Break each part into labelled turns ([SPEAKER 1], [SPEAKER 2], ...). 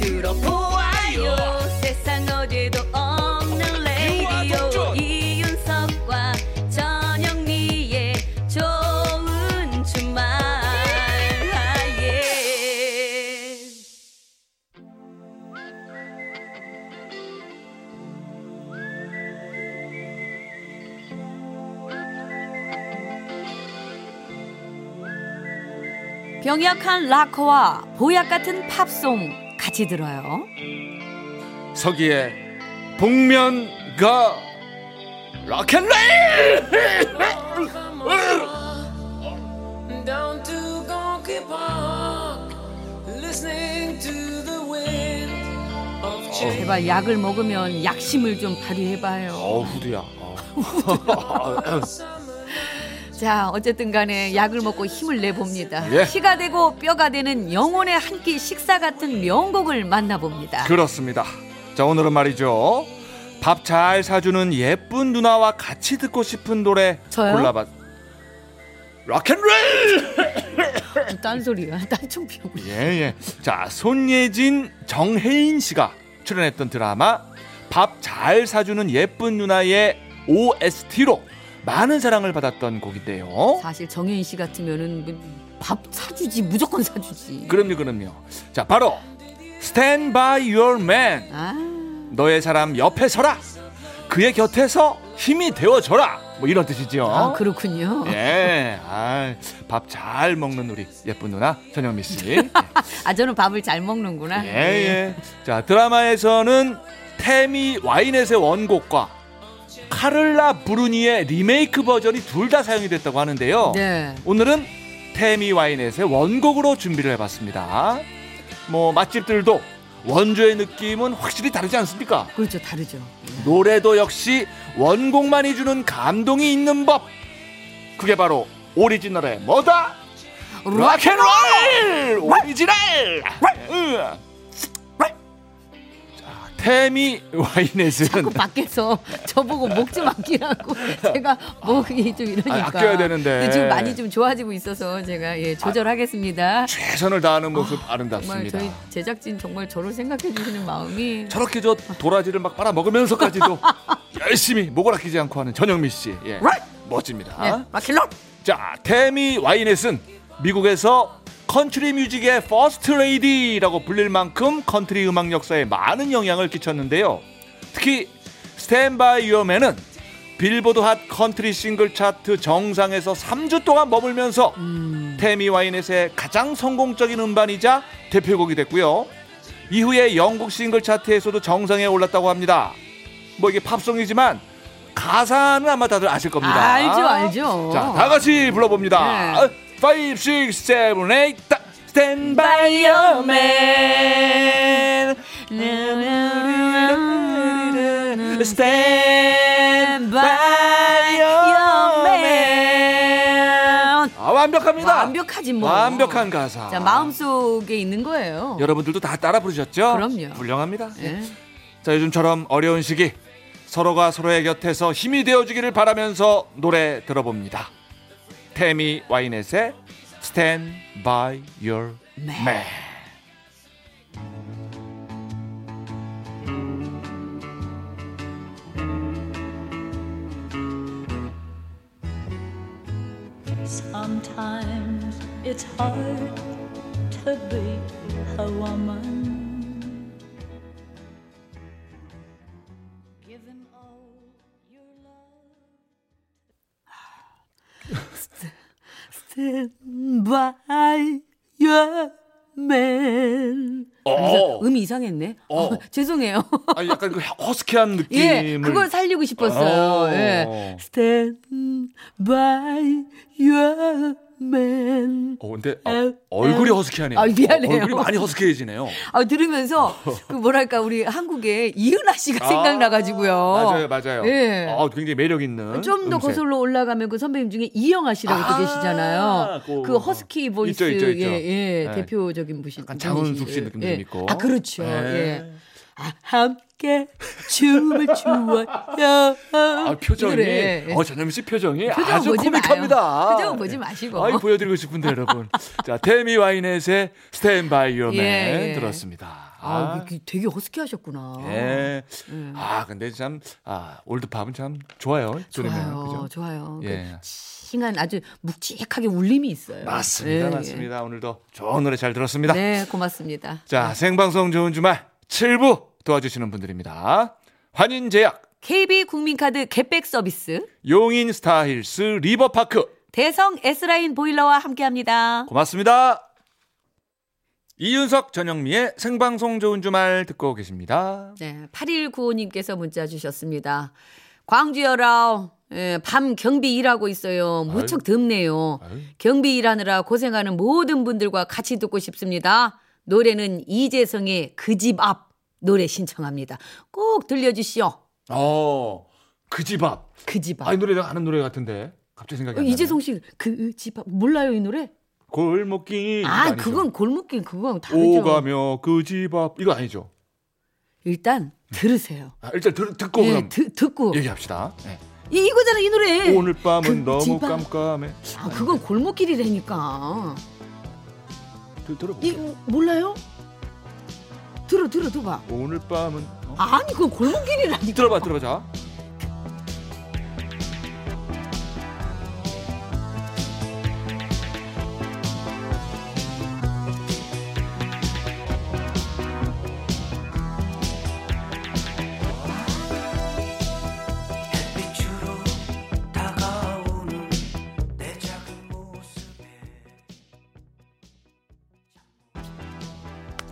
[SPEAKER 1] 들어보아요 세상 어디에도 없는 레이디오
[SPEAKER 2] 동전.
[SPEAKER 1] 이윤석과 전영미의 좋은 주말 아, 예. 병약한 락커와 보약 같은 팝송 같이 들어요.
[SPEAKER 3] 서기의 복면가 락앤레일
[SPEAKER 4] down to Gonky Park, listening to the wind of change.
[SPEAKER 1] 제발 약을 먹으면 약심을 좀 발휘해봐요.
[SPEAKER 3] 어 후드야 어.
[SPEAKER 1] 자, 어쨌든 간에 약을 먹고 힘을 내봅니다.
[SPEAKER 3] 예.
[SPEAKER 1] 피가 되고 뼈가 되는 영혼의 한 끼 식사 같은 명곡을 만나봅니다.
[SPEAKER 3] 그렇습니다 자 오늘은 말이죠 밥 잘 사주는 예쁜 누나와 같이 듣고 싶은 노래
[SPEAKER 1] 저요?
[SPEAKER 3] 골라봤 락앤레일
[SPEAKER 1] 딴소리야. 딴청 피우고.
[SPEAKER 3] 예예. 자 손예진, 정혜인 씨가 출연했던 드라마 밥 잘 사주는 예쁜 누나의 OST로 많은 사랑을 받았던 곡인데요.
[SPEAKER 1] 사실 정혜인 씨 같으면은 뭐밥 사주지. 무조건 사주지.
[SPEAKER 3] 그럼요, 그럼요. 자 바로 Stand by Your Man.
[SPEAKER 1] 아,
[SPEAKER 3] 너의 사람 옆에 서라. 그의 곁에서 힘이 되어줘라. 뭐 이런 뜻이지요.
[SPEAKER 1] 아, 그렇군요.
[SPEAKER 3] 예, 아, 밥 잘 먹는 우리 예쁜 누나 전영미 씨.
[SPEAKER 1] 아, 네. 저는 밥을 잘 먹는구나.
[SPEAKER 3] 예, 예. 자, 드라마에서는 테미 와이넷의 원곡과 카를라 브루니의 리메이크 버전이 둘 다 사용이 됐다고 하는데요.
[SPEAKER 1] 네.
[SPEAKER 3] 오늘은 테미 와이넷의 원곡으로 준비를 해봤습니다. 뭐, 맛집들도 원조의 느낌은 확실히 다르지 않습니까?
[SPEAKER 1] 그렇죠. 다르죠.
[SPEAKER 3] 노래도 역시 원곡만이 주는 감동이 있는 법. 그게 바로 오리지널의 뭐다? 락앤롤 오리지널. 으. 자, 테미 와인넷은
[SPEAKER 1] 자꾸 밖에서 저보고 목 좀 아끼라고 제가 목이 좀 이러니까
[SPEAKER 3] 아, 아껴야 되는데.
[SPEAKER 1] 근데 지금 많이 좀 좋아지고 있어서 제가 예 조절하겠습니다.
[SPEAKER 3] 최선을 다하는 모습
[SPEAKER 1] 정말
[SPEAKER 3] 아름답습니다.
[SPEAKER 1] 저희 제작진 정말 저를 생각해 주시는 마음이
[SPEAKER 3] 저렇게 저 도라지를 막 빨아 먹으면서까지도 열심히 목을 아끼지 않고 하는 전영미 씨, 예. 멋집니다.
[SPEAKER 1] 예, 마킬럿
[SPEAKER 3] 자, 테미 와이넷은 미국에서 컨트리 뮤직의 퍼스트 레이디라고 불릴 만큼 컨트리 음악 역사에 많은 영향을 끼쳤는데요. 특히 스탠 바이 유어맨은 빌보드 핫 컨트리 싱글 차트 정상에서 3주 동안 머물면서 테미 와이넷의 가장 성공적인 음반이자 대표곡이 됐고요. 이후에 영국 싱글 차트에서도 정상에 올랐다고 합니다. 뭐 이게 팝송이지만 가사는 아마 다들 아실 겁니다.
[SPEAKER 1] 알죠 알죠.
[SPEAKER 3] 자, 다 같이
[SPEAKER 1] 네.
[SPEAKER 3] 불러봅니다. 아, 5, 6, 7, 8, Stand by your man. Stand by your man. 아, 완벽합니다.
[SPEAKER 1] 완벽하지 뭐.
[SPEAKER 3] 완벽한 가사.
[SPEAKER 1] 자 마음 속에 있는 거예요.
[SPEAKER 3] 여러분들도 다 따라 부르셨죠?
[SPEAKER 1] 그럼요.
[SPEAKER 3] 훌륭합니다.
[SPEAKER 1] 예.
[SPEAKER 3] 자, 요즘처럼 어려운 시기 서로가 서로의 곁에서 힘이 되어 주기를 바라면서 노래 들어봅니다. 테미 와이넷의 Stand by Your Man.
[SPEAKER 5] Sometimes it's hard to be a woman. Give him all your love.
[SPEAKER 1] Stand by your man.
[SPEAKER 3] 어.
[SPEAKER 1] 음이 이상했네.
[SPEAKER 3] 어.
[SPEAKER 1] 죄송해요.
[SPEAKER 3] 아, 약간 그 허스키한 느낌을
[SPEAKER 1] 예, 그걸 살리고 싶었어요.
[SPEAKER 3] 어.
[SPEAKER 1] 예. Stand by your man.
[SPEAKER 3] 어, 근데 아,
[SPEAKER 1] 에,
[SPEAKER 3] 얼굴이
[SPEAKER 1] 에.
[SPEAKER 3] 허스키하네요.
[SPEAKER 1] 아, 미안해요.
[SPEAKER 3] 어, 얼굴이 많이 허스키해지네요.
[SPEAKER 1] 아, 들으면서 그 뭐랄까 우리 한국의 이은하 씨가
[SPEAKER 3] 아,
[SPEAKER 1] 생각나가지고요.
[SPEAKER 3] 맞아요, 맞아요.
[SPEAKER 1] 예.
[SPEAKER 3] 어, 굉장히 매력 있는.
[SPEAKER 1] 좀 더
[SPEAKER 3] 음색.
[SPEAKER 1] 거슬러 올라가면 그 선배님 중에 이영아 씨라고
[SPEAKER 3] 아,
[SPEAKER 1] 또 계시잖아요.
[SPEAKER 3] 그-
[SPEAKER 1] 그, 허스키 보이스
[SPEAKER 3] 있죠, 있죠, 있죠.
[SPEAKER 1] 예, 예,
[SPEAKER 3] 네.
[SPEAKER 1] 대표적인 분이
[SPEAKER 3] 약간 장은숙 씨 느낌도 좀 있고.
[SPEAKER 1] 아 그렇죠.
[SPEAKER 3] 네.
[SPEAKER 1] 예. 아, 함께 춤을 추어요. 예.
[SPEAKER 3] 아, 표정이. 어, 전현미 씨 표정이
[SPEAKER 1] 표정
[SPEAKER 3] 아주
[SPEAKER 1] 보지
[SPEAKER 3] 코믹합니다.
[SPEAKER 1] 마요. 표정 보지 마시고.
[SPEAKER 3] 아이, 보여드리고 싶은데, 여러분. 자, 테미 와이넷의 스탠 바이 유어맨
[SPEAKER 1] 예, 예.
[SPEAKER 3] 들었습니다.
[SPEAKER 1] 아, 음. 이게 되게 허스키 하셨구나.
[SPEAKER 3] 예. 아, 근데 참, 아, 올드팝은 참 좋아요.
[SPEAKER 1] 좋아요,
[SPEAKER 3] 졸이면. 그죠?
[SPEAKER 1] 좋아요.
[SPEAKER 3] 예.
[SPEAKER 1] 그 싱한 아주 묵직하게 울림이 있어요.
[SPEAKER 3] 맞습니다.
[SPEAKER 1] 예,
[SPEAKER 3] 맞습니다. 오늘도 좋은 노래 잘
[SPEAKER 1] 예.
[SPEAKER 3] 들었습니다.
[SPEAKER 1] 네, 고맙습니다.
[SPEAKER 3] 자, 생방송 좋은 주말 7부 도와주시는 분들입니다. 환인제약,
[SPEAKER 1] KB 국민카드 겟백 서비스
[SPEAKER 3] 용인 스타힐스 리버파크.
[SPEAKER 1] 대성 S라인 보일러와 함께합니다.
[SPEAKER 3] 고맙습니다. 이윤석, 전영미의 생방송 좋은 주말 듣고 계십니다.
[SPEAKER 1] 네, 8195님께서 문자 주셨습니다. 광주여라. 예, 밤 경비 일하고 있어요. 무척 덥네요. 경비 일하느라 고생하는 모든 분들과 같이 듣고 싶습니다. 노래는 이재성의 그 집 앞 노래 신청합니다. 꼭 들려주시오.
[SPEAKER 3] 어, 그 집 앞.
[SPEAKER 1] 그 집 앞.
[SPEAKER 3] 아, 이 노래 내가 아는 노래 같은데. 갑자기 생각이
[SPEAKER 1] 어,
[SPEAKER 3] 안 나네.
[SPEAKER 1] 이재성 씨 그 집 앞 몰라요 이 노래?
[SPEAKER 3] 골목길.
[SPEAKER 1] 아
[SPEAKER 3] 이거 아니죠?
[SPEAKER 1] 그건 골목길 그건 다르죠.
[SPEAKER 3] 예, 오가며 그 집 앞. 이거 아니죠.
[SPEAKER 1] 일단 들으세요.
[SPEAKER 3] 아, 일단 들, 듣고
[SPEAKER 1] 예,
[SPEAKER 3] 그럼
[SPEAKER 1] 드- 듣고
[SPEAKER 3] 얘기합시다. 네.
[SPEAKER 1] 이, 이거잖아 이 노래.
[SPEAKER 3] 오늘 밤은
[SPEAKER 1] 그
[SPEAKER 3] 너무
[SPEAKER 1] 집 앞.
[SPEAKER 3] 깜깜해.
[SPEAKER 1] 아 그건 골목길이라니까.
[SPEAKER 3] 들- 들어보세요.
[SPEAKER 1] 이 몰라요? 들어 들어 들어봐.
[SPEAKER 3] 오늘 밤은 어?
[SPEAKER 1] 아니 그건 골목길이라니까.
[SPEAKER 3] 들어봐 들어보자.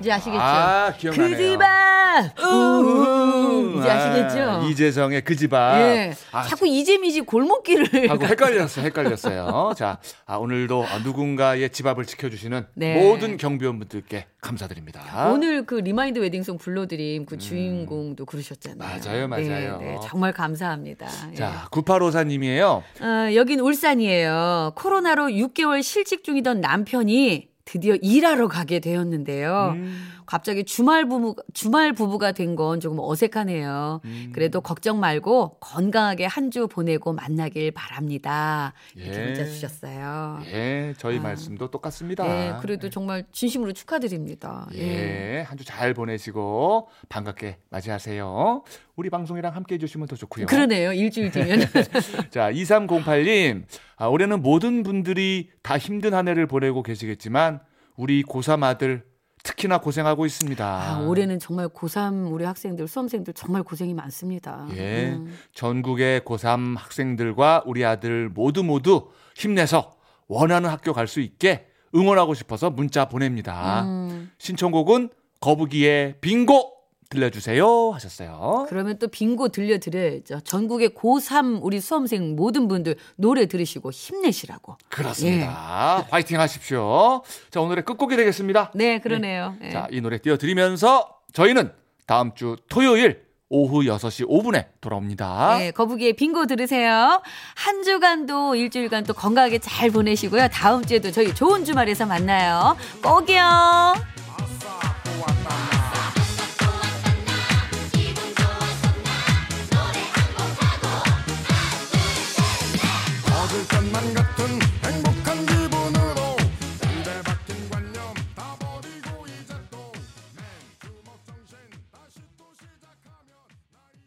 [SPEAKER 1] 이제 아시겠죠? 그
[SPEAKER 3] 아 기억나네요.
[SPEAKER 1] 그집아 음,
[SPEAKER 3] 우후.
[SPEAKER 1] 이제
[SPEAKER 3] 아,
[SPEAKER 1] 아시겠죠?
[SPEAKER 3] 이재성의 그 집 앞.
[SPEAKER 1] 예.
[SPEAKER 3] 아,
[SPEAKER 1] 자꾸 이재미지 골목길을.
[SPEAKER 3] 하고 헷갈렸어요, 헷갈렸어요. 자, 아, 오늘도 누군가의 집 앞을 지켜주시는
[SPEAKER 1] 네.
[SPEAKER 3] 모든 경비원분들께 감사드립니다.
[SPEAKER 1] 오늘 그 리마인드 웨딩송 불러드림 그 주인공도 그러셨잖아요.
[SPEAKER 3] 음. 맞아요, 맞아요.
[SPEAKER 1] 네, 네, 정말 감사합니다. 예.
[SPEAKER 3] 자, 9854님이에요.
[SPEAKER 1] 어, 여긴 울산이에요. 코로나로 6개월 실직 중이던 남편이 드디어 일하러 가게 되었는데요.
[SPEAKER 3] 음.
[SPEAKER 1] 갑자기 주말 부부 주말 부부가 된 건 조금 어색하네요.
[SPEAKER 3] 음,
[SPEAKER 1] 그래도 걱정 말고 건강하게 한 주 보내고 만나길 바랍니다. 이렇게
[SPEAKER 3] 예.
[SPEAKER 1] 문자 주셨어요.
[SPEAKER 3] 예, 저희 말씀도 똑같습니다.
[SPEAKER 1] 네, 그래도 정말 진심으로 축하드립니다.
[SPEAKER 3] 예,
[SPEAKER 1] 예.
[SPEAKER 3] 한 주 잘 보내시고 반갑게 맞이하세요. 우리 방송이랑 함께 해주시면 더 좋고요.
[SPEAKER 1] 그러네요. 일주일 뒤면.
[SPEAKER 3] 자, 2308님. 아, 올해는 모든 분들이 다 힘든 한 해를 보내고 계시겠지만, 우리 고3 아들 특히나 고생하고 있습니다.
[SPEAKER 1] 아, 올해는 정말 고3 우리 학생들, 수험생들 정말 고생이 많습니다.
[SPEAKER 3] 예.
[SPEAKER 1] 음.
[SPEAKER 3] 전국의 고3 학생들과 우리 아들 모두 모두 힘내서 원하는 학교 갈 수 있게 응원하고 싶어서 문자 보냅니다.
[SPEAKER 1] 음.
[SPEAKER 3] 신청곡은 거북이의 빙고 들려주세요 하셨어요.
[SPEAKER 1] 그러면 또 빙고 들려드려야죠. 전국의 고3 우리 수험생 모든 분들 노래 들으시고 힘내시라고.
[SPEAKER 3] 그렇습니다.
[SPEAKER 1] 예.
[SPEAKER 3] 화이팅 하십시오. 자, 오늘의 끝곡이 되겠습니다.
[SPEAKER 1] 네, 그러네요. 예.
[SPEAKER 3] 자, 이 노래 띄워드리면서 저희는 다음 주 토요일 오후 6시 5분에 돌아옵니다.
[SPEAKER 1] 네, 거북이의 빙고 들으세요. 한 주간도 일주일간 또 건강하게 잘 보내시고요. 다음 주에도 저희 좋은 주말에서 만나요. 꼭이요.